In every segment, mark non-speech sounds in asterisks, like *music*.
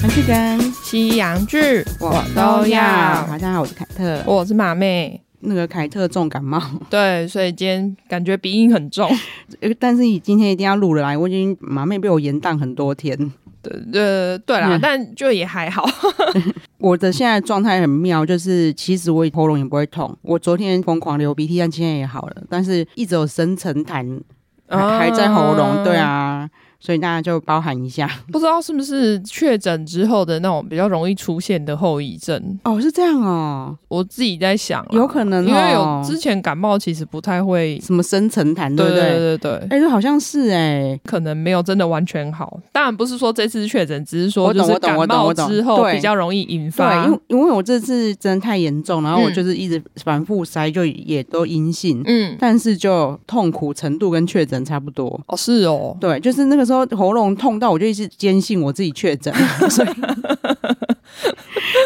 韩剧跟西洋剧我都大要。家好，我是凯特。我是马妹，那个凯特重感冒， *laughs* 对，所以今天感觉鼻音很重，呃但是你今天一定要录了来，我已经马妹被我延宕很多天。对呃，对啦，嗯但就也还好，我的现在状态很妙，就是其实我喉咙也不会痛，我昨天疯狂流鼻涕，但今天也好了，但是一直有深层痰 *laughs* 还还在喉咙，对，啊，所以大家就包含一下。不知道是不是确诊之后的那种比较容易出现的后遗症，哦，是这样哦，我自己在想啦，有可能、哦，因为有之前感冒其实不太会，什么深层痰，对不对？对对对，哎、这好像是哎、可能没有真的完全好，当然不是说这次确诊，只是说我就懂是我懂感我懂冒我懂之后对比较容易引发对，因，为因为我这次真的太严重，然后我嗯就是一直反复塞，就也都阴性，嗯，但是就痛苦程度跟确诊差不多。哦是哦，对，就是那个时候喉咙痛到，我就一直坚信我自己确诊， *laughs* *laughs* 所以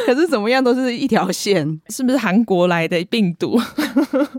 可是怎么样都是一条线，是不是韩国来的病毒？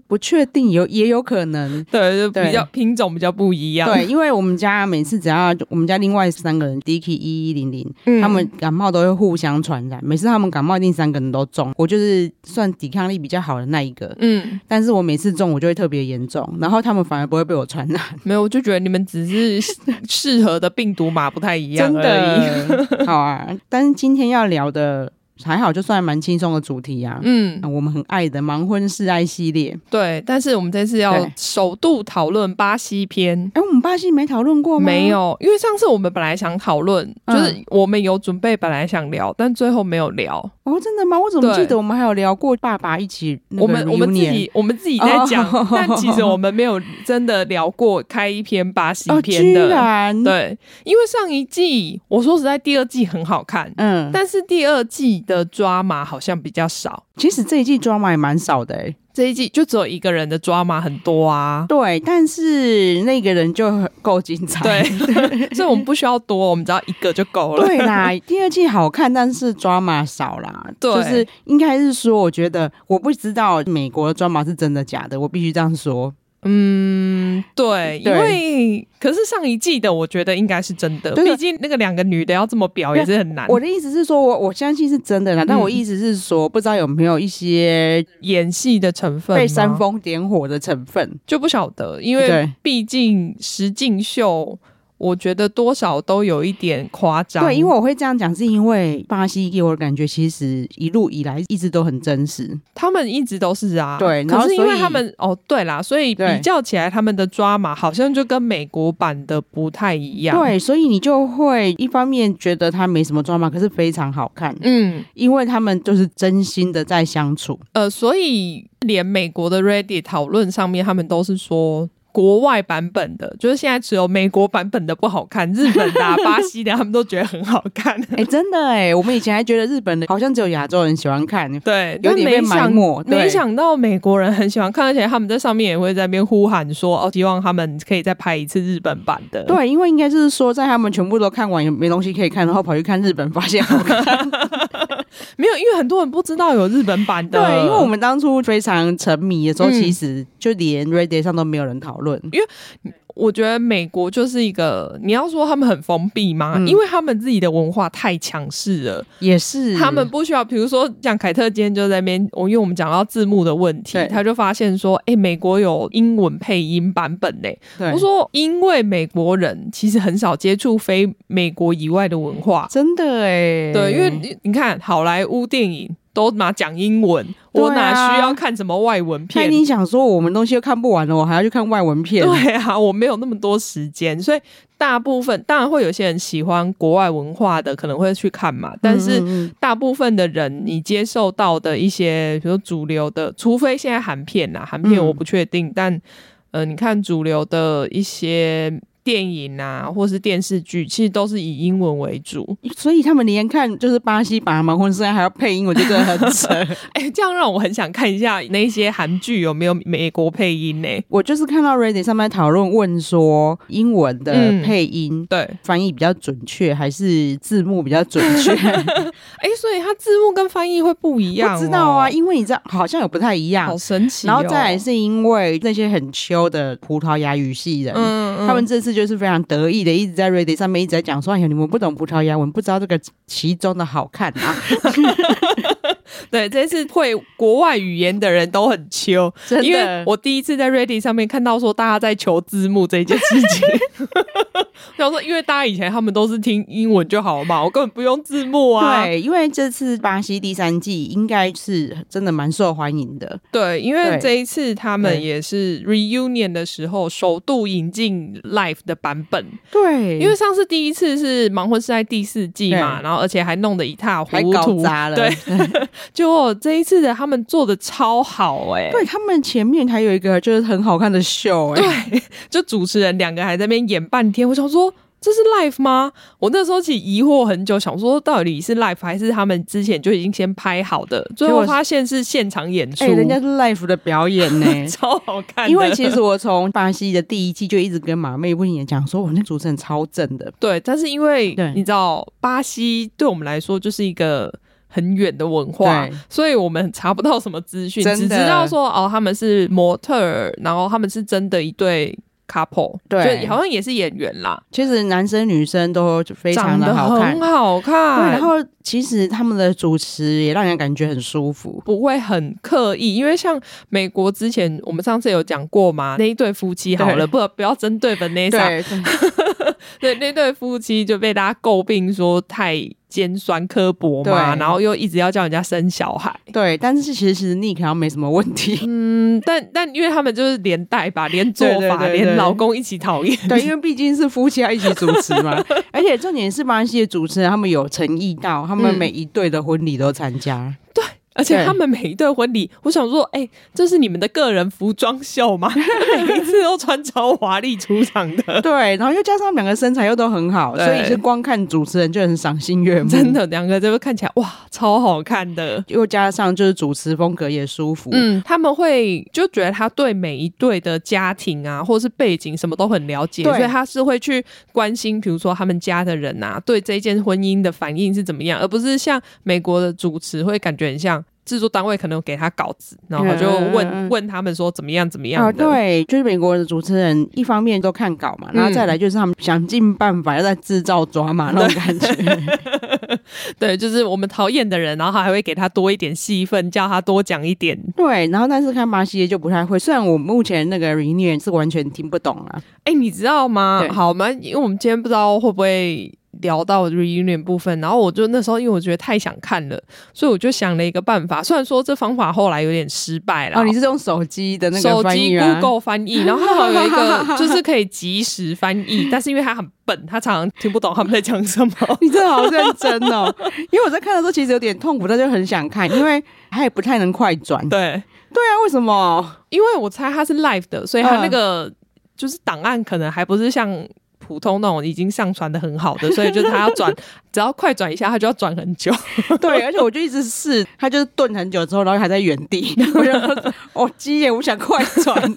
不确定有也有可能。 *laughs* 对，就比对较品种比较不一样。对，因为我们家每次只要我们家另外三个人，Dicky 一一零零，嗯他们感冒都会互相传染。每次他们感冒，一定三个人都中。我就是算抵抗力比较好的那一个，嗯，但是我每次中我就会特别严重，然后他们反而不会被我传染，没有，我就觉得你们只是适 *laughs* 合的病毒码不太 *laughs* 一样真而已。的 *laughs* 好啊。但是今天要聊的还好，就算蛮轻松的主题啊。嗯，啊我们很爱的盲婚试爱系列，对，但是我们这次要对首度讨论巴西篇，哎，我们巴西没讨论哦过吗？没，有，因为上次我们本来想讨论，就嗯是我们有准备，本来想聊，但最后没有聊。哦，真的吗？我怎么对记得我们还有聊过爸爸一起那个我们我们自 reunion 己我们自己在讲哦， *laughs* 但其实我们没有真的聊过开一篇巴西哦，居篇的。然，对，因为上一季我说实在，第二季很好看，嗯，但是第二季的抓马好像比较少，其实这一季 drama 也蛮少的哎、这一季就只有一个人的抓马很多啊。对，但是那个人就很够精彩， *laughs* 对，所以我们不需要多，我们只要一个就够了。 *laughs* 对啦，第二季好看，但是 drama 少啦。对就是应该是说，我觉得我不知道美国的 drama 是真的假的，我必须这样说。嗯，对，因对为可是上一季的我觉得应该是真的，对对毕竟那个两个女的要这么表也是很难。我的意思是说，我我相信是真的啦，但啊嗯我意思是说，不知道有没有一些演戏的成分吗被煽风点火的成分。就不晓得，因为对毕竟实境秀，我觉得多少都有一点夸张。对，因为我会这样讲，是因为巴西给我的感觉，其实一路以来一直都很真实。他们一直都是啊，对然可后是因所为以他们哦，对啦，所以对比较起来，他们的抓马好像就跟美国版的不太一样。，对，所以你就会一方面觉得它没什么 drama，可是非常好看，嗯，因为他们就是真心的在相处。呃，所以连美国的 Reddit 讨论上面，他们都是说。国外版本的，就是现在只有美国版本的不好看，日本的、啊、巴西的啊，他们都觉得很好看。 *laughs* *laughs* 哎、真的哎，我们以前还觉得日本的好像只有亚洲人喜欢看，对，有但点没被埋想没对没想到美国人很喜欢看，而且他们在上面也会在那边呼喊说：“哦，希望他们可以再拍一次日本版的。”，对，因为应该是说在他们全部都看完也没东西可以看，然后跑去看日本，发现好看。没有，因为很多人不知道有日本版 *laughs* 的。对，因为我们当初非常沉迷的时候，嗯其实就连 Reddit 上都没有人讨论。我觉得美国就是一个，你要说他们很封闭吗？嗯因为他们自己的文化太强势了，也是他们不需要。比如说，像凯特今天就在那边，我因为我们讲到字幕的问题对，他就发现说：“哎、美国有英文配音版本呢、对我说，因为美国人其实很少接触非美国以外的文化，真的哎，对，因为你你看好莱坞电影都拿讲英文，对啊我哪需要看什么外文他一片？定想说我们东西都看不完了，我还要去看外文片。对啊，我没有那么多时间，所以大部分当然会有些人喜欢国外文化的，可能会去看嘛。但是嗯嗯大部分的人，你接受到的一些，比如说主流的，除非现在韩片啦，韩片嗯我不确定，但呃，你看主流的一些电影啊，或是电视剧，其实都是以英文为主。嗯所以他们连看就是巴西把马婚纱还要配音，我就觉得很 *laughs* 扯。哎、这样让我很想看一下那些韩剧有没有美国配音呢、我就是看到 Ready 上面讨论问说英文的嗯配音。对，翻译比较准确还是字幕比较准 *laughs* 确？哎、所以它字幕跟翻译会不一样、哦不知道啊，，因为你知道好像有不太一样好。神奇、哦。然后再来，是因为那些很秋的葡萄牙语系人，嗯，嗯他们这次就是非常得意的，一直在 Ready 上面一直在讲说：“哎呀，你们不懂葡萄牙文，不知道这个其中的好看啊 *laughs* 对这次会国外语言的人都很秋，！”真因为的，我第一次在 Ready 上面看到说大家在求字幕这一件事情， *laughs* 然后说因为大家以前他们都是听英文就好嘛，我根本不用字幕啊。对，因为这次巴西第三季应该是真的蛮受欢迎的，对因为对这一次他对们也是 reunion 的时候首度引进 live 的版本，对因为上次第一次是《盲婚》是在第四季嘛，对然后而且还弄得一塌糊还搞涂，砸了，对，结果这一次的他们做的超好哎、对他们前面还有一个就是很好看的秀、哎，对，就主持人两个还在那边演半天，我想说。这是 live 吗？我那时候其实疑惑很久，想说到底是 live 还是他们之前就已经先拍好的，最结后果发现是现场演出，哎、人家是 live 的表演呢、 *laughs* *laughs* 超好看的。因为其实我从巴西的第一季就一直跟马妹不停的讲说，我那主持人超正的， *laughs* 对，但是因为对你知道，巴西对我们来说就是一个很远的文化对，所以我们查不到什么资讯，真的只知道说哦，他们是模特儿，然后他们是真的一对 couple，对就好像也是演员啦，其实男生女生都非常长的得好看很。好看，对，然后其实他们的主持也让人感觉很舒服。不会很刻意，因为像美国之前我们上次有讲过嘛，那一对夫妻好嗯对了，不不要针对 Vanessa，对那对夫妻就被大家诟病说太尖酸刻薄嘛，对然后又一直要叫人家生小孩。对，但是其实其实 Nick 好像没什么问题。嗯，但但因为他们就是连带吧，连做对对法，对对连老公一起讨厌。对，因为毕竟是夫妻要一起主持 *laughs* 嘛，而且重点是巴西的主持人他们有诚意到，他们嗯每一对的婚礼都参加。而且对他们每一对婚礼，我想说，哎、这是你们的个人服装秀 *laughs* 吗？每一次都穿超华丽出场的。对，然后又加上他们两个身材又都很好，对所以是光看主持人就很赏心悦目，真。的，两个就是看起来哇，超好看的。又加上就是主持风格也舒服，嗯，他们会就觉得他对每一对的家庭啊，或是背景什么都很了解，对所以他是会去关心，比如说他们家的人啊，对这件婚姻的反应是怎么样，而不是像美国的主持会感觉很像制作单位可能有给他稿子，然后就问、嗯嗯嗯问他们说怎么样怎么啊，样的。对，就是美国的主持人一方面都看稿嘛，然后再来就是他们想尽办法要在制造抓嘛那种感 *laughs* 觉，对就是我们讨厌的人，然后还会给他多一点戏份，叫他多讲一点。对，然后但是看巴西的就不太会，虽然我目前那个 r e n i 是完全听不懂啊，哎、你知道吗对？好嘛，因为我们今天不知道会不会聊到 reunion 部分，然后我就那时候因为我觉得太想看了，所以我就想了一个办法。虽然说这方法后来有点失败了，哦，你是用手机的那个手翻译机啊？ Google 翻译，然后它好有一个就是可以即时翻译，但是因为它很笨，它常常听不懂他们在讲什么。 *laughs* 你真的好认真哦，因为我在看的时候其实有点痛苦，但就很想看，因为它也不太能快转。对对，啊，为什么？因为我猜它是 live 的，所以它嗯那个就是档案可能还不是像。普通那种已经上传的很好的，所以就是它要转，只要快转一下，它就要转很久。 *laughs* 对，而且我就一直试，他就是顿很久之后，然后还在原地。 *laughs* 我就说，哦，鸡眼，我想快转， *laughs*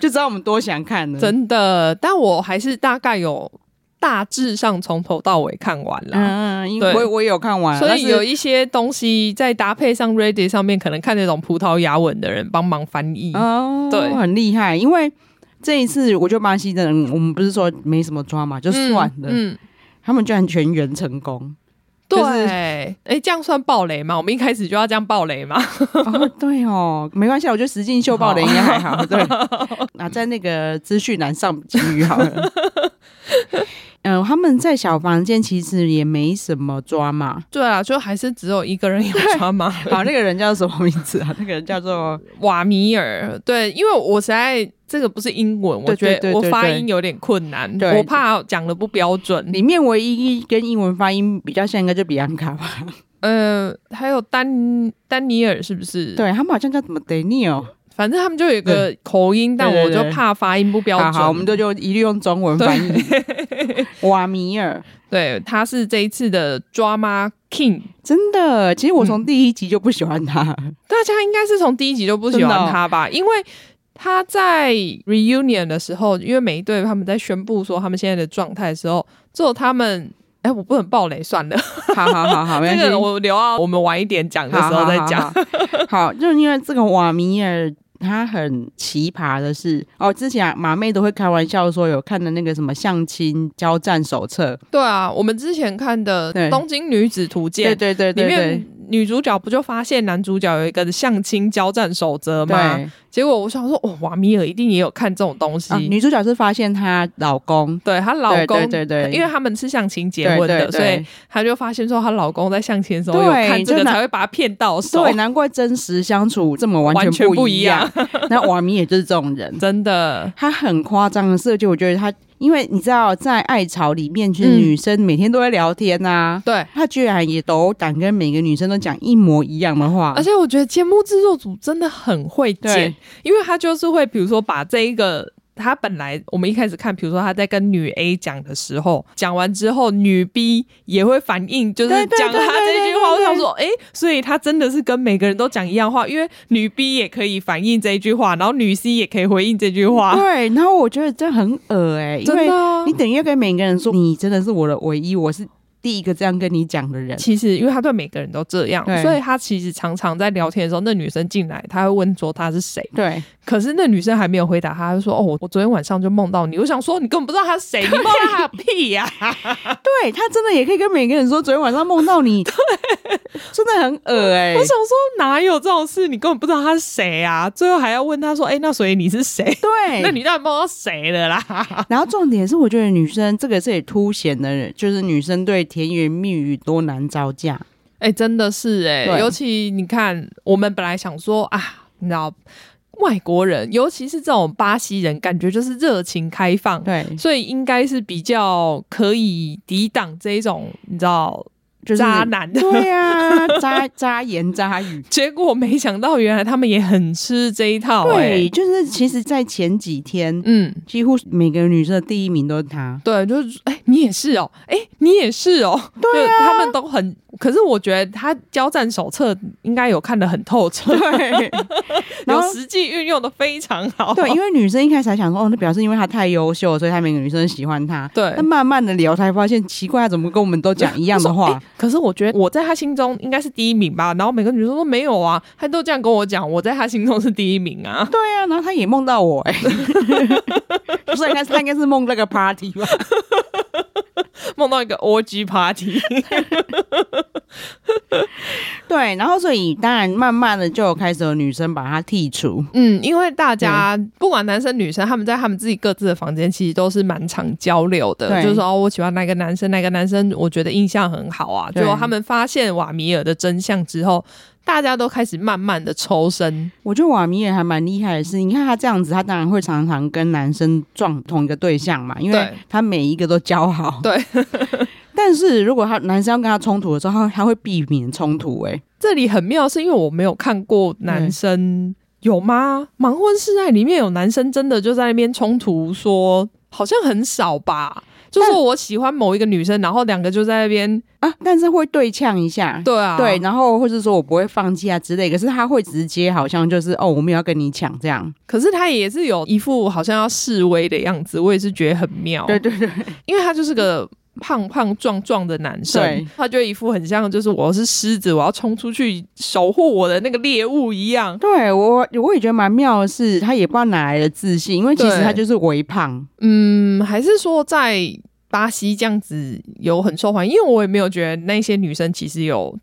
就知道我们多想看了。真的，但我还是大概有大致上从头到尾看完了。嗯，因为我对我也有看完，所嗯但以是有一些东西再搭配上 Reddit 上面，可能看那种葡萄牙文的人帮忙翻译。哦，对很厉害，因为。这一次，我觉得巴西的嗯人，我们不是说没什么抓嘛，就算了，嗯，嗯他们居然全员成功。就对，是哎、这样算暴雷吗？我们一开始就要这样暴雷吗？ *laughs* 哦，对哦，没关系，我觉得实境秀爆的应该还 *laughs* 好。对，那在那个资讯栏上给予好了。嗯、他们在小房间其实也没什么抓嘛。对啊，就还是只有一个人有穿嘛。好，那个人叫什么名字 *laughs* 啊？那个人叫做瓦米尔，对，因为我实在这个不是英文，我对觉对得对我对发对音有点困难，对我怕讲的不标准。里面唯一跟英文发音比较像，应该就比安卡吧。呃，还有丹丹尼尔是不是？，对他们好像叫什么 Daniel。反正他们就有一个口音，但对我对就对怕发音不标好准。好，我们就就一律用中文翻译。瓦米尔，对，他是这一次的 Drama King。真的，其实我从第一集就不喜欢他。大家应该是从第一集就不喜哦欢他吧，因为他在 reunion 的时候，因为每一队他们在宣布说他们现在的状态的时候，只有他们，哎、我不能爆雷算了， *laughs* 好好好好，没这关系。个我留到我们晚一点讲的好时候再讲。好好好 *laughs* 好，就是因为这个瓦米尔。他很奇葩的是，哦，之前啊马妹都会开玩笑说有看的那个什么相亲交战手册，对啊，我们之前看的对《东京女子图对鉴》对对里对对面。女主角不就发现男主角有一个相亲交战守则对吗？啊，结果我想说，哦哇，瓦米尔一定也有看这种东西。女主角是发现她老公对她老公，对对对对因为他们是相亲结婚的，对对对所以她就发现说，她老公在相亲的时候有对看这就个，拿才会把她骗到手对，。难怪真实相处这么完哦完全不不一一样。 *laughs* 那瓦米尔就是这种人，真的，她很夸张的是，就我觉得她，因为你知道，在爱巢里面，其实嗯女生每天都会聊天啊呐、对。她居然也都敢跟每个女生都讲一模一样的话而，且我觉得节目制作组真的很会剪对，因为他就是会，比如说把这一个。他本来我们一开始看，比如说他在跟女 A 讲的时候，讲完之后，女 B 也会反应，就是对对讲对他对这对句话。对我对想说，诶，所以他真的是跟每个人都讲一样话，因为女 B 也可以反应这一句话，然后女 C 也可以回应这句话。啊对，然后我觉得这很恶哎、因真为的啊你等于要跟每个人说，你真的是我的唯一，我是第一个这样跟你讲的人。其实，因为他对每个人都这样对，所以他其实常常在聊天的时候，那女生进来，他会问说她是谁，对，可是那女生还没有回答他，就说：“哦，我我昨天晚上就梦到你。”我想说，你根本不知道他是谁，你梦到他个屁呀、对他真的也可以跟每个人说，昨天晚上梦到 *laughs* 你，真的很恶哎、我想说，哪有这种事？你根本不知道他是谁啊！最后还要问他说：“哎、那所以你是 *laughs* 谁？”那对，你到底梦到谁了啦？然后重点是，我觉得女生这个是也凸显的，就是女生对甜言蜜语多难招架。哎、真的是哎、对尤其你看，我们本来想说啊，你知道，外国人，尤其是这种巴西人，感觉就是热情开放，对，所以应该是比较可以抵挡这一种你知道就是渣男的。对呀、啊，渣 *laughs* 渣言渣语。 *laughs* 结果没想到，原来他们也很吃这一套、对，哎，就是其实，在前几天，嗯，几乎每个女生的第一名都是他。对，就是哎、你也是哦，哎、你也是哦，啊对、他们都很。可是我觉得他交战手册应该有看得很透彻，对， *laughs* 然有后实际运用的非常好。对，因为女生一开始还想说，哦，那表示因为他太优秀了，所以他每个女生喜欢他。对但慢慢的聊，才发现奇怪，他怎么跟我们都讲一样的我说话 *laughs* 诶？可是我觉得我在他心中应该是第一名吧。然后每个女生说没有啊，他都这样跟我讲，我在他心中是第一名啊。 *laughs* 对啊，然后他也梦到我、哎，不是，应该是他应该是梦那个 party *laughs* 吧？梦到一个 orgy party，对，然后所以当然慢慢的就有开始有女生把他剔除。嗯，因为大家不管男生女生，他们在他们自己各自的房间，其实都是蛮常交流的对，就是说、哦、我喜欢哪个男生，哪个男生我觉得印象很好啊。对结果他们发现瓦米尔的真相之后，大家都开始慢慢的抽身，我觉得瓦米尔还蛮厉害的是，你看他这样子，他当然会常常跟男生撞同一个对象嘛，因为对他每一个都交好。对。 *laughs* 但是如果他男生要跟他冲突的时候，他他会避免冲突、哎，这里很妙，是因为我没有看过男生有吗？盲婚试爱里面有男生真的就在那边冲突说，好像很少吧。就但说我喜欢某一个女生，然后两个就在那边，啊，但是会对呛一下。对啊，对，然后或是说我不会放弃啊之类，可是他会直接好像就是哦，我没有要跟你抢这样。可是他也是有一副好像要示威的样子，我也是觉得很妙，对对对，因为他就是个胖胖壮壮的男生对，他就一副很像就是我是狮子，我要冲出去守护我的那个猎物一样。对我我也觉得蛮妙的是，他也不知道哪来的自信，因为其实对他就是微胖。嗯，还是说在巴西这样子有很受欢迎，因为我也没有觉得那些女生其实有。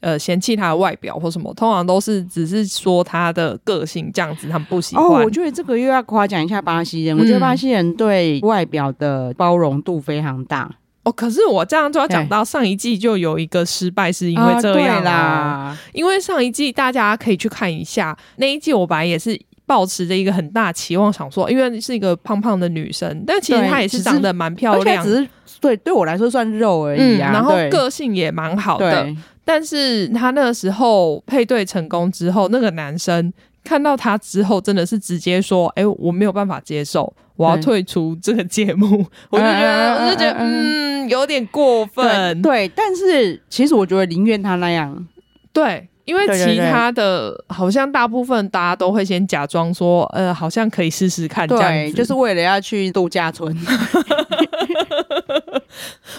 呃嫌弃他的外表或什么，通常都是只是说他的个性这样子，他们不喜欢。哦，我觉得这个又要夸奖一下巴西人，我觉得嗯巴西人对外表的包容度非常大，哦，可是我这样就要讲对到上一季就有一个失败，是因为这样、啊对啦，因为上一季大家可以去看一下，那一季我本来也是抱持着一个很大期望，想说，因为是一个胖胖的女生，但其实对她也只是是长得蛮漂而且亮，只是对对我来说算肉而嗯，已啊，然后对个性也蛮好的，对但是她那个时候配对成功之后，那个男生看到她之后，真的是直接说：“哎、我没有办法接受。”我要对嗯退出这个节目，我就觉得，我就觉得，嗯，有点过分。对，但是其实我觉得宁愿他那样，对，因为对对其对他的呃好像大部分大家都会先假装说，呃，好像可以试试看这样对，子，就是为了要去度假村， *laughs*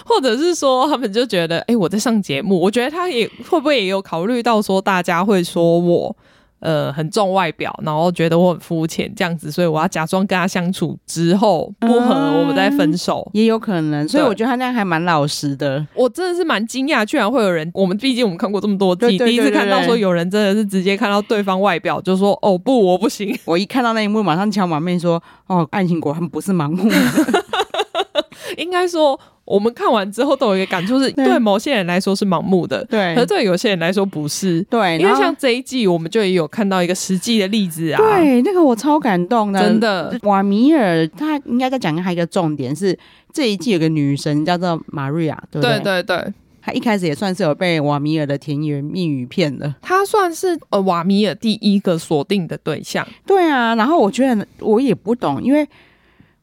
或者是说他们就觉得，哎、我在上节目，我觉得他也会不会也有考虑到说大家会说我。呃，很重外表，然后觉得我很肤浅这样子，所以我要假装跟他相处之后不合，嗯我们再分手。也有可能，所以对我觉得他那样还蛮老实的，我真的是蛮惊讶，居然会有人，我们毕竟我们看过这么多季，对对第一次对对看到对说有人真的是直接看到对方外表就说，哦不，我不行，我一看到那一幕，马上敲马妹说：“哦，爱情果然不是盲目 *laughs* 的。应该说，我们看完之后都有一个感触是，对对某些人来说是盲目的”，对可是对有些人来说不是。对，因为然后像这一季，我们就也有看到一个实际的例子啊，对那个我超感动的，真。的，瓦米尔他应该在讲他一个重点是这一季有个女神叫做玛瑞亚，对不对对？对对，她一开始也算是有被瓦米尔的甜言蜜语骗的。 *laughs* 他算是呃瓦米尔第一个锁定的对象，对啊，然后我觉得我也不懂，因为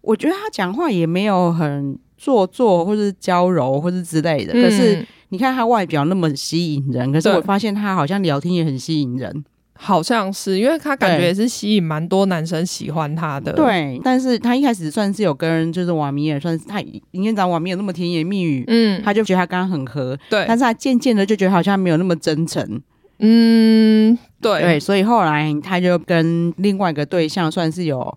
我觉得他讲话也没有很做作，或是娇柔，或是之类的。可是嗯你看他外表那么吸引人，可是对我发现他好像聊天也很吸引人。好像是因为他感觉对也是吸引蛮多男生喜欢他的，，对，但是他一开始算是有跟就是瓦米尔，算是他营业长瓦米尔那么甜言蜜语，嗯，他就觉得他跟他很合，对但，是他渐渐的就觉得好像没有那么真诚。嗯，对，对，所以后来他就跟另外一个对象算是有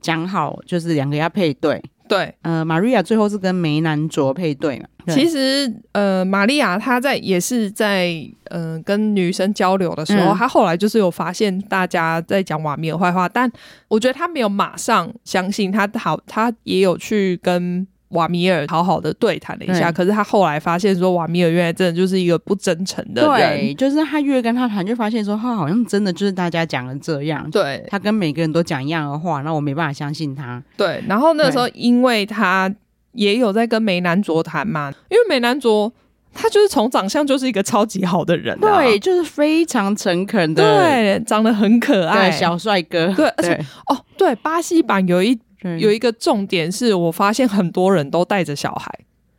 讲好，就是两个要配对。对，呃，玛瑞亚最后是跟梅兰卓配对嘛？其实实，呃，玛利亚她在也是在呃跟女生交流的时候，嗯她后来就是有发现大家在讲瓦米尔坏话，但我觉得她没有马上相信，她好，她也有去跟瓦米尔好好的对谈了一下，嗯可是她后来发现说瓦米尔原来真的就是一个不真诚的人对，，就是他越跟他谈，就发现说他好像真的就是大家讲的这样，对他跟每个人都讲一样的话，那我没办法相信他。对，然后那时候因为她也有在跟梅兰卓谈嘛，因为梅兰卓他就是从长相就是一个超级好的人、啊，对，就是非常诚恳的对，长得很可爱。对小帅哥，对而且对哦，对，巴西版有一对有一个重点是，我发现很多人都带着小孩，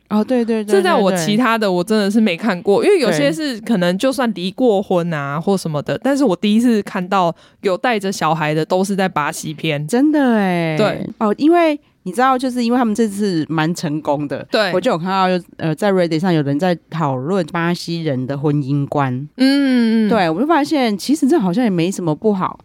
哦，对对对，这在我对其他的我真的是没看过，因为有些是可能就算离过婚啊或什么的，但是我第一次看到有带着小孩的都是在巴西片。真的哎，对哦，因为你知道，就是因为他们这次蛮成功的。对我，就有看到，就呃，在 Reddit 上有人在讨论巴西人的婚姻观，嗯，对我就发现其实这好像也没什么不好，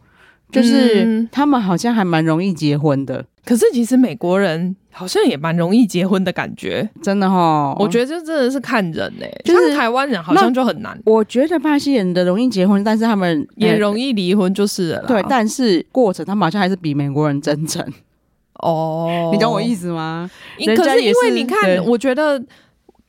就是嗯他们好像还蛮容易结婚的，可是其实美国人好像也蛮容易结婚的感觉，真的哈。我觉得，得这真的是看人呢、欸，哦就是像台湾人好像就很难，我觉得巴西人的容易结婚，但是他们也呃容易离婚就是了啦。对，但是过程他们好像还是比美国人真诚，哦，你懂我意思？思吗？人可家是因也为是你看对，我觉得。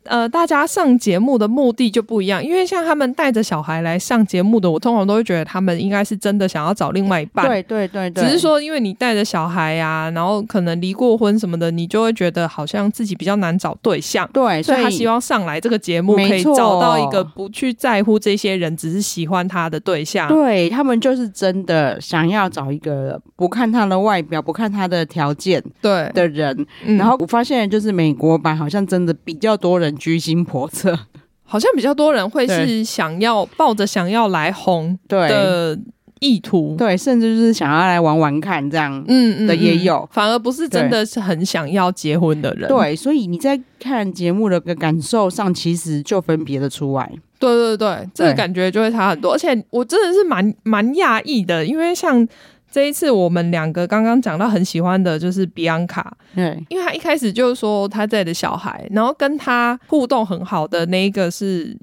呃，大家上节目的目的就不一样，因为像他们带着小孩来上节目的，我通常都会觉得他们应该是真的想要找另外一半。，对对对对，只是说因为你带着小孩啊，然后可能离过婚什么的，你就会觉得好像自己比较难找对象，对，所所以他希望上来这个节目可以没错找到一个不去在乎这些人，只是喜欢他的对象。对他们就是真的想要找一个不看他的外表、不看他的条件对，的人。嗯然后我发现，就是美国版好像真的比较多人居心叵测。好像比较多人会是对想要抱着想要来红对的意图，对，甚至就是想要来玩玩看这样。嗯的也有反而不是真的是很想要结婚的人。对，所以你在看节目的感受上，其实就分别的出来。对对对，这个感觉就会差很多。而且我真的是蛮蛮讶异的，因为像这一次我们两个刚刚讲到很喜欢的就是 Bianca，对，因为她一开始就是说她在的小孩，然后跟她互动很好的那一个是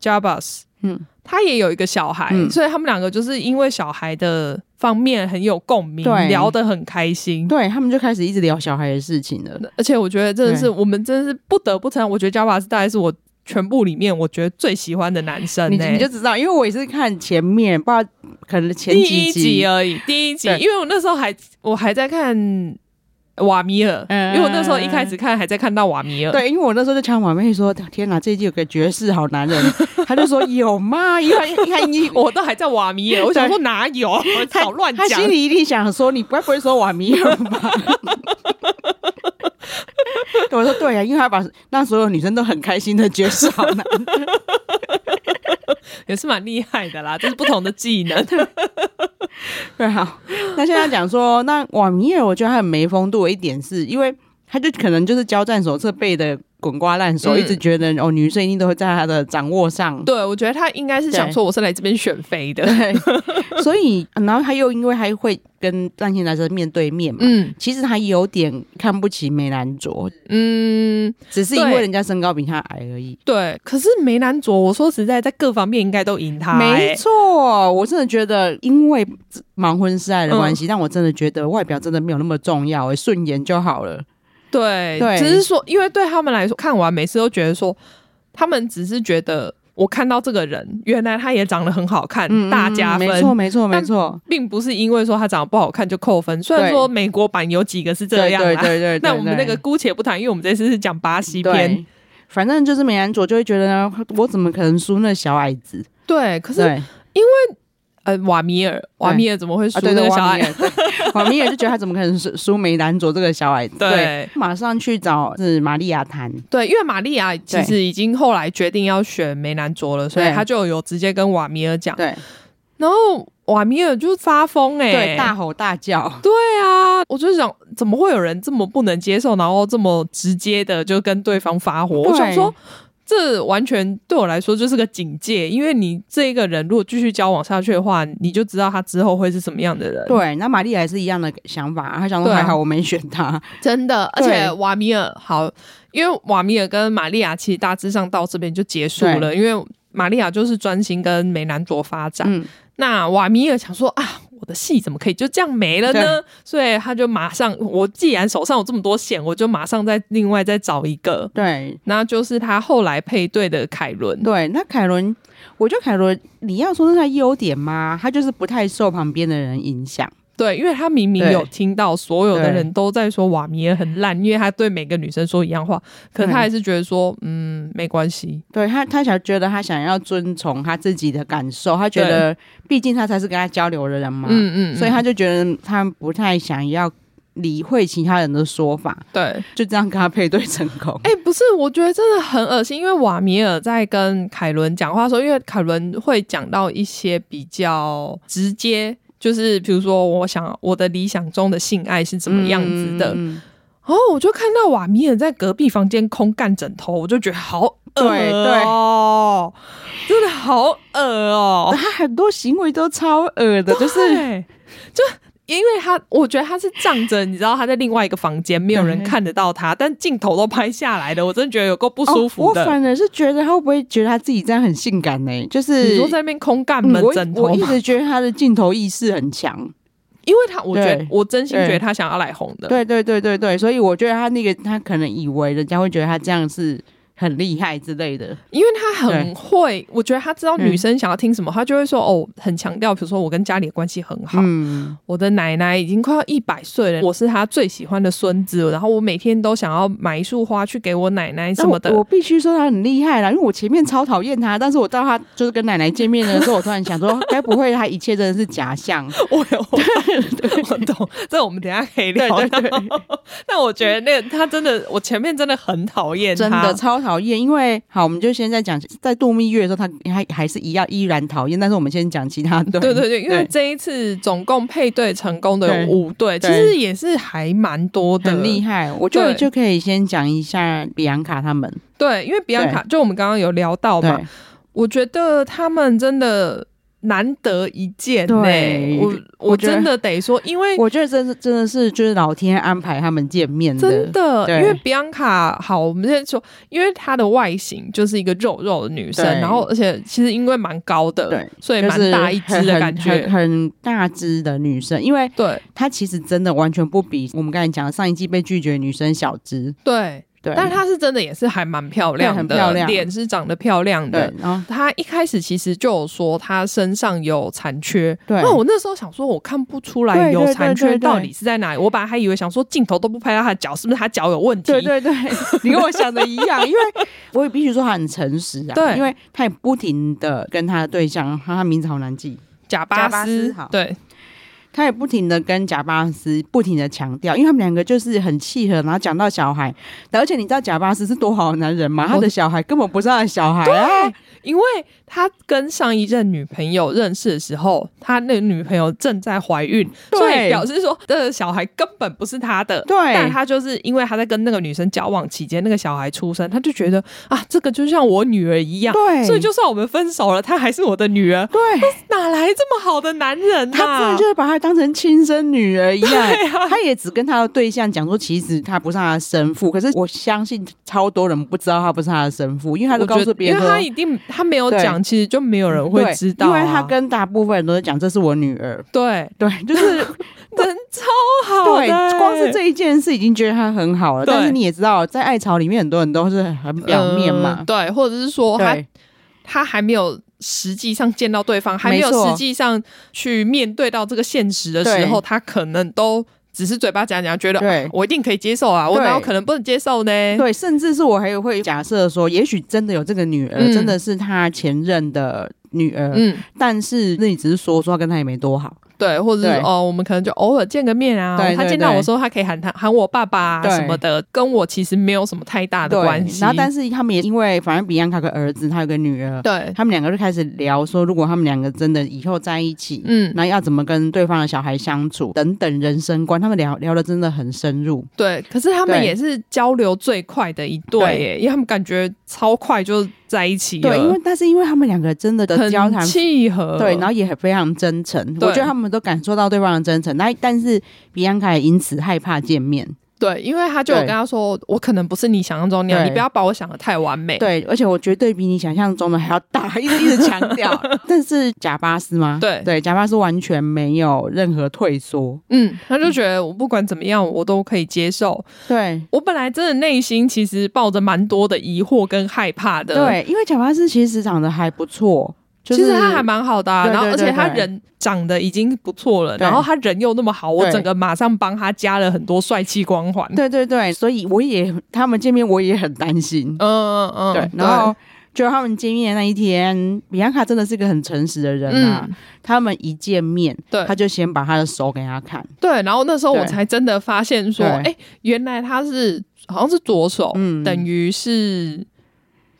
Jabas，嗯，他也有一个小孩，嗯所以他们两个就是因为小孩的方面很有共鸣，对聊得很开心。对他们就开始一直聊小孩的事情了。而且我觉得真的是对我们真的是不得不承认，我觉得 Java 是大概是我全部里面我觉得最喜欢的欸男生、你呢。你就知道，因为我也是看前面，不知道可能前第几一集而已，第一集，对因为我那时候还我还在看瓦米尔，嗯因为我那时候一开始看还在看到瓦米 *laughs* 尔，对，因为我那时候就呛我妹说：“天哪，这一季有个绝世好男人。” *laughs* 她就说：“有吗？”因为她一看 *laughs* 一，我都还在瓦米尔，我想说哪有，她少乱她讲，心里一定想说：“你不会不会说瓦米尔吧？”对 *laughs* 我说：“对呀、啊因为她把让所有女生都很开心的绝世好男人。也是蛮厉害的啦，这是不同的技能。对， *laughs* 好，那现在讲说，那瓦米尔，我觉得他很没风度的一点是，因为他就可能就是交战手册背的滚瓜烂熟，嗯一直觉得哦，女生一定都会在他的掌握上。 *laughs* 对，我觉得他应该是想说我是来这边选妃的，对， *laughs* 所以然后他又因为还会跟战线男生面对面嘛， *laughs* 嗯其实他有点看不起梅兰卓，嗯，只是因为对人家身高比他矮而已。对。可是梅兰卓，我说实在，在各方面应该都赢他、没欸，错，我真的觉得，因为盲婚是爱的关嗯系，但我真的觉得外表真的没有那么重要、欸，顺眼就好了。对，对只是说，因为对他们来说，看完每次都觉得说，他们只是觉得我看到这个人，原来他也长得很好看，嗯，大加分。没错，没错，没但错。并不是因为说他长得不好看就扣分，虽然对说美国版有几个是这对样对 *laughs* 啦，对对对，那我们那对个姑且不谈，因为我们这次是讲巴西片。对，反正就是美兰卓就会觉得呢，我怎么可能输那小矮子？对，可是对，呃，瓦米尔，瓦米尔怎么会输啊对那对，个小瓦矮米？尔， *laughs* 对瓦米尔就觉得他怎么可能输输梅兰卓这个小矮子？对马上去找是玛利亚谈。对，因为玛利亚其实已经后来决定要选梅兰卓了，所以对他就有直接跟瓦米尔讲，对然后瓦米尔就发疯哎、对，大吼大叫。对啊，我就想怎么会有人这么不能接受，然后这么直接的就跟对方发火？我对想说。这完全对我来说就是个警戒，因为你这个人如果继续交往下去的话，你就知道他之后会是什么样的人。，对，那玛利亚也是一样的想法，她想说对啊还好我没选他。 *laughs* 真的。而对且瓦米尔好，因为瓦米尔跟玛利亚其实大致上到这边就结束了，因为玛利亚就是专心跟梅兰卓发展。嗯，那瓦米尔想说啊，我的戏怎么可以就这样没了呢？所以他就马上，我既然手上有这么多线，我就马上再另外再找一个，对那就是他后来配对的凯伦。对，那凯伦，我觉得凯伦，你要说是他优点吗？他就是不太受旁边的人影响。对，因为他明明对有听到所有的对人都在说瓦米尔很烂，因为他对每个女生说一样话，可他还是觉得说，嗯，没关系。对他，他想觉得他想要遵从他自己的感受，他觉得毕竟他才是跟他交流的人嘛，嗯嗯，所以嗯他就觉得他不太想要理会其他人的说法，对。就这样跟他配对成 *laughs* 功。哎、不是，我觉得真的很恶心，因为瓦米尔在跟凯伦讲话的时候，因为凯伦会讲到一些比较直接，就是比如说，我想我的理想中的性爱是怎么样子的，嗯嗯嗯然后我就看到瓦米尔在隔壁房间空干枕头，我就觉得好恶对对哦、真的好恶哦、 *laughs* 他很多行为都超恶的，就是对，就因为他，我觉得他是仗着你知道他在另外一个房间，没有人对看得到他，但镜头都拍下来的，我真的觉得有够不舒哦服我的。反而是觉得他会不会觉得他自己这样很性感呢、就是你说在那边空干嗯门我枕头我一吗，直觉得他的镜头意识很 *laughs* 强。因为他，我觉得对我真心觉得对他想要来红的。对对对对对，所以我觉得他那个他可能以为人家会觉得他这样是很厉害之类的。因为他很对会，我觉得他知道嗯女生想要听什么，他就会说哦，很强调，比如说我跟家里的关系很好，嗯，我的奶奶已经快要一百岁了，我是她最喜欢的孙子，然后我每天都想要买一束花去给我奶奶什但么的我。我必须说他很厉害啦，因为我前面超讨厌他，但是我到他就是跟奶奶见面的时候，我突然想说，该不会他一切真的是假 *laughs* 象？我有，我懂，这我们等一下可以聊到。对对对但我觉得 *laughs* 那个他真的，我前面真的很讨厌他，真的超讨厌，因为好，我们就先在讲，在度蜜月的时候，他还还是一样依然讨厌，但是我们先讲其他对对对对，因为这一次总共配对成功的有对五对，其对实也是还蛮多的，很厉害。害，我就对就可以先讲一下比昂卡他们，对，因为比安卡就我们刚刚有聊到嘛对，我觉得他们真的难得一见呢、对我我觉得真的得说，因为我觉得真是真的是就是老天安排他们见面的，真的，对因为 Bianca 好，我们先说，因为她的外形就是一个肉肉的女生，对然后而且其实因为蛮高的，对，所以就蛮是大一只很的很感觉很，很大只的女生，因为对她其实真的完全不比我们刚才讲的上一季被拒绝的女生小只，对，对，但她是真的也是还蛮漂亮对的，很漂亮脸是长得漂亮的对，。然后她一开始其实就有说她身上有残缺，对那我那时候想说，我看不出来对有对对残缺对对到底是在哪里，我本来还以为想说镜头都不拍到她的脚，是不是她脚有问题？对对对， *laughs* 你跟我想的一样，因为我也必须说她很诚实啊，对因为她也不停的跟她的对象，她她名字好难记，贾巴贾巴斯斯好对她也不停的跟贾巴斯不停的强调，因为他们两个就是很契合，然后讲到小孩，而且你知道贾巴斯是多好的男人吗？他的小孩根本不是他的小孩啊，因为他跟上一任女朋友认识的时候，他那个女朋友正在怀孕，对所以表示说这个小孩根本不是他的。对但他就是因为他在跟那个女生交往期间，那个小孩出生，他就觉得啊，这个就像我女儿一样。对所以就算我们分手了，她还是我的女儿。对。哪来这么好的男人啊呐、他真的就是把她当成亲生女儿一样。啊他也只跟他的对象讲说，其实他不是他的生父。可是我相信超多人不知道他不是他的生父，因为他都我觉告得诉别人因为说他一定他没有对讲，其实就没有人会对知道啊、因为他跟大部分人都是讲这是我女儿。对对，就是人超 *laughs* 好的、对，光是这一件事已经觉得他很好了。对但是你也知道，在爱巢里面很多人都是很表面嘛嗯。对，或者是说他对他还没有实际上见到对方，还没没有错实际上去面对到这个现实的时候，对他可能都只是嘴巴讲讲，觉得对啊我一定可以接受啊，我对哪有可能不能接受呢？对，甚至是我还会假设说，也许真的有这个女儿，嗯真的是他前任的女儿，嗯，但是那你只是说说，跟他也没多好。对，或者是对哦，我们可能就偶尔见个面啊，对对他见到我的时候，他可以喊他喊我爸爸啊对什么的，跟我其实没有什么太大的对，关系。然后，但是他们也因为反正 Bianca 有个儿子，他有个女儿，对，他们两个就开始聊说，如果他们两个真的以后在一起，嗯，那要怎么跟对方的小孩相处，等等人生观，他们聊聊的真的很深入。对，可是他们对也是交流最快的一对对耶，因为他们感觉超快就在一起了，对，因为但是因为他们两个真的的交很谈。契合，对，然后也很非常真诚，对我觉得他们都感受到对方的真诚。那但是比安卡也因此害怕见面，对，因为他就有对跟他说，我可能不是你想象中那样，对你不要把我想的太完美。对，而且我绝对比你想象中的还要大，一直一直强调。 *laughs* 但是贾巴斯吗？对对，贾巴斯完全没有任何退缩，嗯，他就觉得我不管怎么样，我都可以接受。对，我本来真的内心其实抱着蛮多的疑惑跟害怕的。，对，因为贾巴斯其实长得还不错，就其是实他还蛮好的、啊，对对然后而且对对他人长得已经不错了，对然后他人又那么好，我对整个马上帮他加了很多帅气光环。对对对，所以我也他们见面我也很担心，嗯嗯嗯，对，然后。就他们见面的那一天，比安卡真的是个很诚实的人啊。嗯他们一见面，对他就先把他的手给他看，对，然后那时候我对才真的发现说，对哎，原来他是好像是左手，嗯哦等于是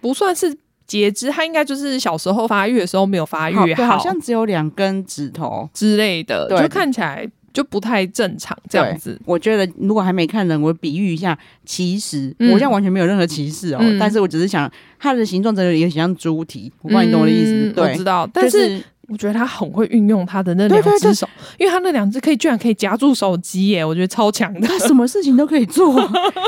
不算是截肢，他应该就是小时候发育的时候没有发育对好好像只有两根指头。之类的，对就看起来就不太正常这样子。我觉得如果还没看人，我比喻一下，其实、嗯我现在完全没有任何歧视哦，嗯但是我只是想它的形状真的也很像猪蹄，我不知道你懂我的意思，嗯我对知，道，但就是我觉得他很会运用他的那对两对只对手，因为他那两只可以居然可以夹住手机耶，我觉得超强 *laughs* 的。他什么事情都可以 *laughs* 做，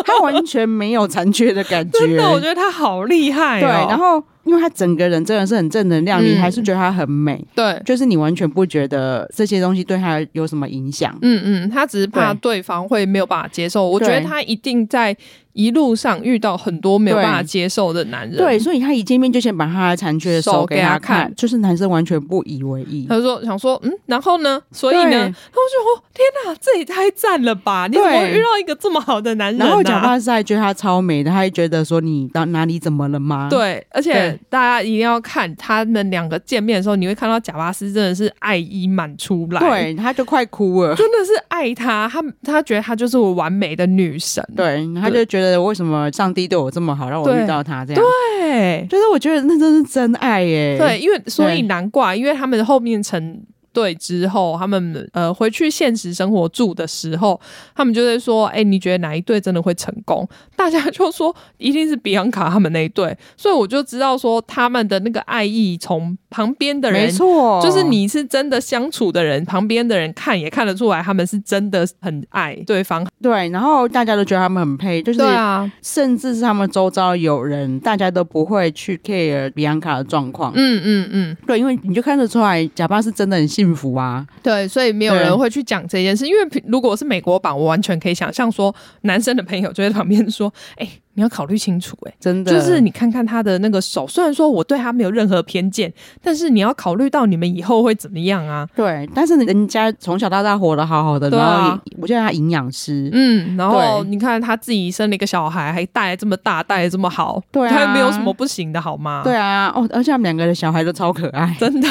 他完全没有残缺的感觉。真的，我觉得他好厉害、哦。对，然后因为他整个人真的是很正能量，嗯你还是觉得他很美，对，就是你完全不觉得这些东西对他有什么影响。嗯嗯，他只是怕对方会没有办法接受。我觉得对他一定在一路上遇到很多没有对办法接受的男人。对，所以他一见面就先把他的残缺的手手给给他他看看，就是男生完全不以为意。他就说想说，嗯，然后呢？所以呢？对然后我就哦，天哪，这也太赞了吧！你怎么会对遇到一个这么好的男人、啊？然后贾巴斯还觉得他超美的，他还觉得说你到哪里怎么了吗？对，而且对大家一定要看他们两个见面的时候，你会看到贾巴斯真的是爱意满出来，，对，他就快哭了。真的是爱他，他他觉得他就是我完美的女神，对，他就觉得为什么上帝对我这么好，让我对遇到他这样？对就是我觉得那真是真爱耶。对，因为所以对难怪，因为他们后面成队之后，他们呃回去现实生活住的时候，他们就在说：“哎、你觉得哪一队真的会成功？”大家就说一定是比昂卡他们那一队，所以我就知道说他们的那个爱意从旁边的没人错，就是你是真的相处的人，旁边的人看也看得出来，他们是真的很爱对方。对，然后大家都觉得他们很配，就是啊，甚至是他们周遭有人，大家都不会去 care 比安卡的状况。嗯嗯嗯，对，因为你就看得出来，假巴是真的很幸福啊。对，所以没有对人会去讲这件事，因为平如果是美国版，我完全可以想象说，男生的朋友就在旁边说：“哎、你要考虑清楚、哎。”真的，就是你看看他的那个手，虽然说我对他没有任何偏见，但是你要考虑到你们以后会怎么样啊？对，但是人家从小到大活得好好的，对啊然后也我觉得他营养师，嗯，然后对你看他自己生了一个小孩，还带这么大，带得这么好，对啊他也没有什么不行的好吗？对啊，哦，而且他们两个的小孩都超可爱， *laughs* 真的。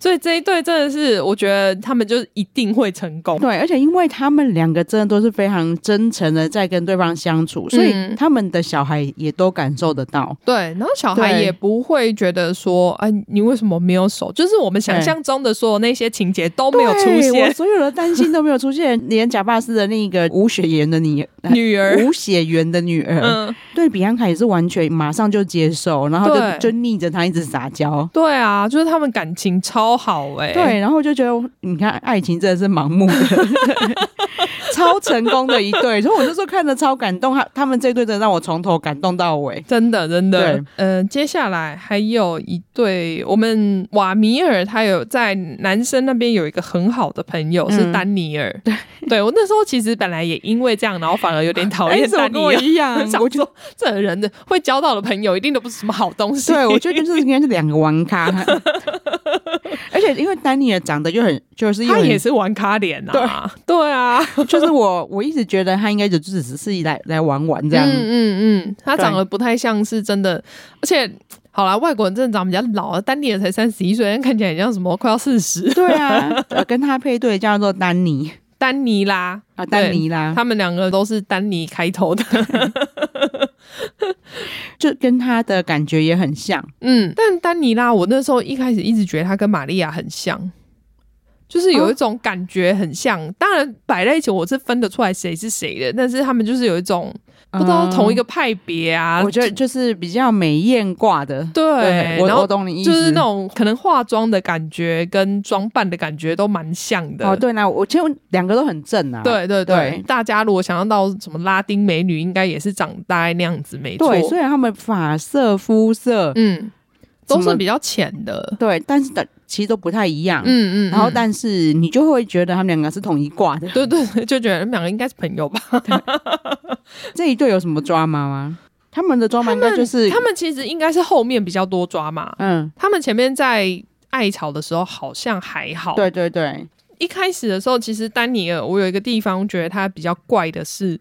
所以这一对真的是，我觉得他们就一定会成功。对，而且因为他们两个真的都是非常真诚的在跟对方相处，所以嗯他们的小孩也都感受得到。对，然后小孩对也不会觉得说，哎、你为什么没有手？就是我们想对象中的所有那些情节都没有出对我现。所有的担心都没有出现， *laughs* 连贾巴斯的那个无血缘的女 *laughs* 女儿，无血缘的女儿，嗯，对比安卡也是完全马上就接受，然后对就就逆着他一直撒娇。对啊，就是他们感情超好哎、对，然后我就觉得，你看，爱情真的是盲目的， *laughs* 超成功的一对。所以我那时候看的超感动，他他们这对真的让我从头感动到尾。真的，真的对。呃，接下来还有一对，我们瓦米尔他有在男生那边有一个很好的朋友、是嗯丹尼尔。对，对我那时候其实本来也因为这样，然后反而 *laughs* 有点讨哎厌怎么丹尼跟我尔。一样啊？想我就说，这人的会交到的朋友一定都不是什么好东西。对，我觉得就是应该是两个玩咖， *laughs* 而且因为丹尼尔长得就很，就是又他很也是玩卡脸啊，对啊，就是我我一直觉得他应该就只只是来来玩玩这样。嗯嗯嗯，他对长得不太像是真的，而且好啦，外国人真的长得比较老，啊丹尼尔才三十一岁，但看起来很像什么快要四十。 *laughs* 对啊，呃跟他配对叫做丹尼丹尼拉，啊，丹尼啦，他们两个都是丹尼开头 *laughs* 的，就跟他的感觉也很像。嗯，但丹尼拉，我那时候一开始一直觉得她跟玛利亚很像，就是有一种感觉很像。当然摆在一起我是分得出来谁是谁的，但是他们就是有一种不知道同一个派别啊，嗯，我觉得就是比较美艳挂的。对，然我后我懂你意思，就是那种可能化妆的感觉跟装扮的感觉都蛮像的。哦，对啦，我其实两个都很正啊。对对对对大家如果想象到什么拉丁美女，应该也是长大概那样子，没错。对，虽然他们发色、肤色，嗯，都什是么比较浅的。对，但是的其实都不太一样。嗯嗯，然后嗯但是你就会觉得他们两个是同一挂的。对对对，就觉得他们两个应该是朋友吧。这一对有什么抓妈吗？他们的抓妈应该就是他们其实应该是后面比较多抓嘛，嗯，他们前面在爱吵的时候好像还好。，对对对，一开始的时候，其实丹尼尔，我有一个地方觉得他比较怪的是，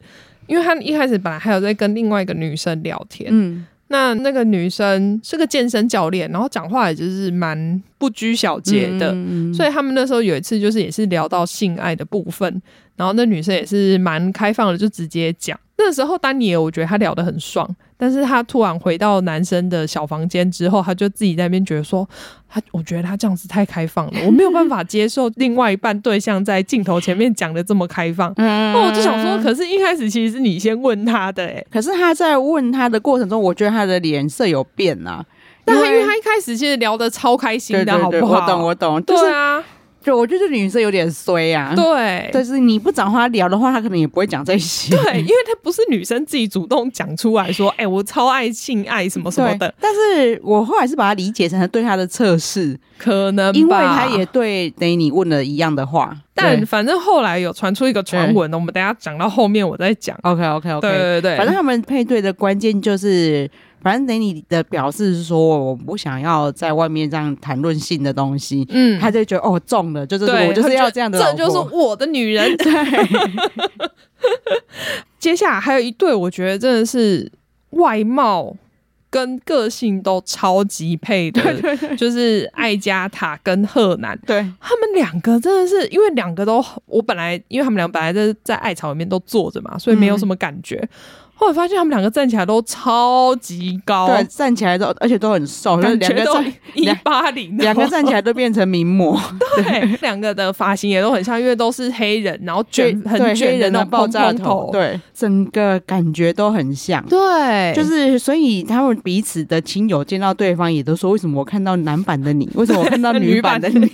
因为他一开始本来还有在跟另外一个女生聊天，嗯，那那个女生是个健身教练，然后讲话也就是蛮不拘小节的。嗯所以他们那时候有一次就是也是聊到性爱的部分，然后那女生也是蛮开放的，就直接讲。那时候丹尼尔我觉得他聊得很爽，但是他突然回到男生的小房间之后，他就自己在那边觉得说，他我觉得他这样子太开放 *laughs* 了，我没有办法接受另外一半对象在镜头前面讲的这么开放。嗯那我就想说，可是一开始其实是你先问他的、欸，可是他在问他的过程中，我觉得他的脸色有变啊。但他因为他一开始其实聊得超开心对的，好对对，不好？我懂我懂，就对是啊，就我觉得这女生有点衰啊。对但是你不找他聊的话，他可能也不会讲这些。 *laughs* 对，因为他不是女生自己主动讲出来说，哎、我超爱性爱什么什么对的，，但是我后来是把它理解成了对他的测试，可能吧因为他也。对等于你问了一样的话。但反正后来有传出一个传闻，我们等一下讲到后面我再讲。 OK OK 对 OK，对对，反正他们配对的关键就是，反正等于你的表示是说我不想要在外面这样谈论性的东西，嗯，他就觉得哦中了，就是对我就是要这样的这老就是 *laughs* 婆我的女人。 *laughs* 接下来还有一对，我觉得真的是外貌跟个性都超级 *laughs* 配的，就是艾加塔跟赫南。对他们两个真的是，因为嗯两个都，我本来因为他们俩本来在在艾草里面都坐着嘛，所以没有什么感觉。后来发现他们两个站起来都超级高，对，站起来都而且都很瘦，就是 *laughs* 感两觉个都站一八零，两个站起来都变成名模， *laughs* 对，两个的发型也都很像，因为都是黑人，然后卷对很对卷黑人那的种爆炸蓬蓬头，对，整个感觉都很像。对就就是是，所以他们彼此的亲友见到对方，也都说：“为什么我看到男版的你？为什么我看到女版 *laughs* 的你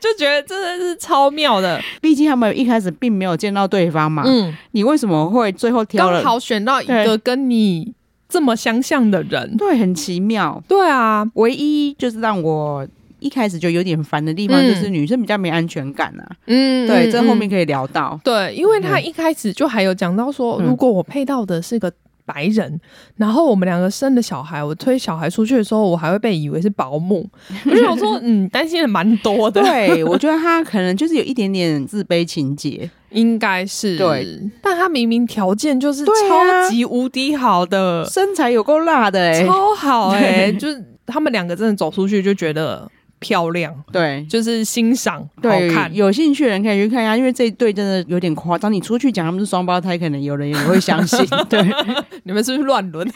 就觉得真的是超妙的，？”毕竟他们一开始并没有见到对方嘛。嗯，你为什么会最后啊挑刚了？好选到一个对跟你这么相像的人，对，很奇妙。对啊，唯一就是让我一开始就有点烦的地方，嗯就是女生比较没安全感啊。嗯对，这后。嗯嗯面可以聊 *laughs* 到。对，因为他一开始就还有讲到说，嗯如果我配到的是个白人，然后我们两个生的小孩，我推小孩出去的时候，我还会被以为是保姆。 *laughs* 我就想说，嗯，担心的蛮多的，对，我觉得他可能就是有一点点自卑情节。应该是对。但他明明条件就是对啊超级无敌好的，身材有够辣的哎、呃超好哎、就是他们两个真的走出去就觉得漂亮，对。就是欣赏，好对看，。有兴趣的人可以去看一下，因为这一对真的有点夸张。你出去讲他们是双胞胎，可能有人也会相 *laughs* 信。对，你们是不是乱 *laughs* 伦？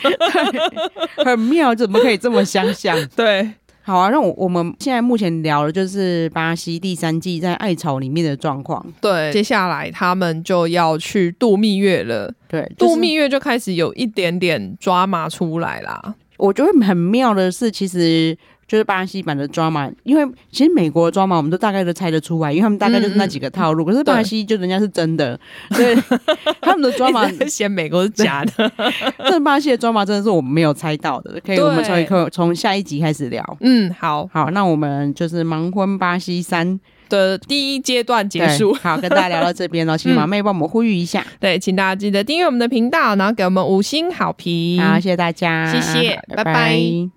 很妙，怎么可以这么相像？对，好啊，那我我们现在目前聊的就是巴西第三季在艾草里面的状况。对，接下来他们就要去度蜜月了。对，度就是蜜月就开始有一点点抓马出来啦。我觉得很妙的是，其实就是巴西版的 drama，因为其实美国的 drama 我们都大概都猜得出来，因为他们大概就是那几个套嗯路。可是巴西就人家是真的，所 *laughs* 以他们的 *laughs* 一直 drama，嫌美国是假的， *laughs* 这巴西的 drama 真的是我们没有猜到的。可以，对我们从一个从下一集开始聊。嗯，好好，那我们就是盲婚巴西三的第一阶段结束嗯对。好，跟大家聊到这边了，哦请马妹帮我们呼吁一下。对，请大家记得订阅我们的频道，然后给我们五星好评。好，谢谢大家，嗯谢谢拜拜拜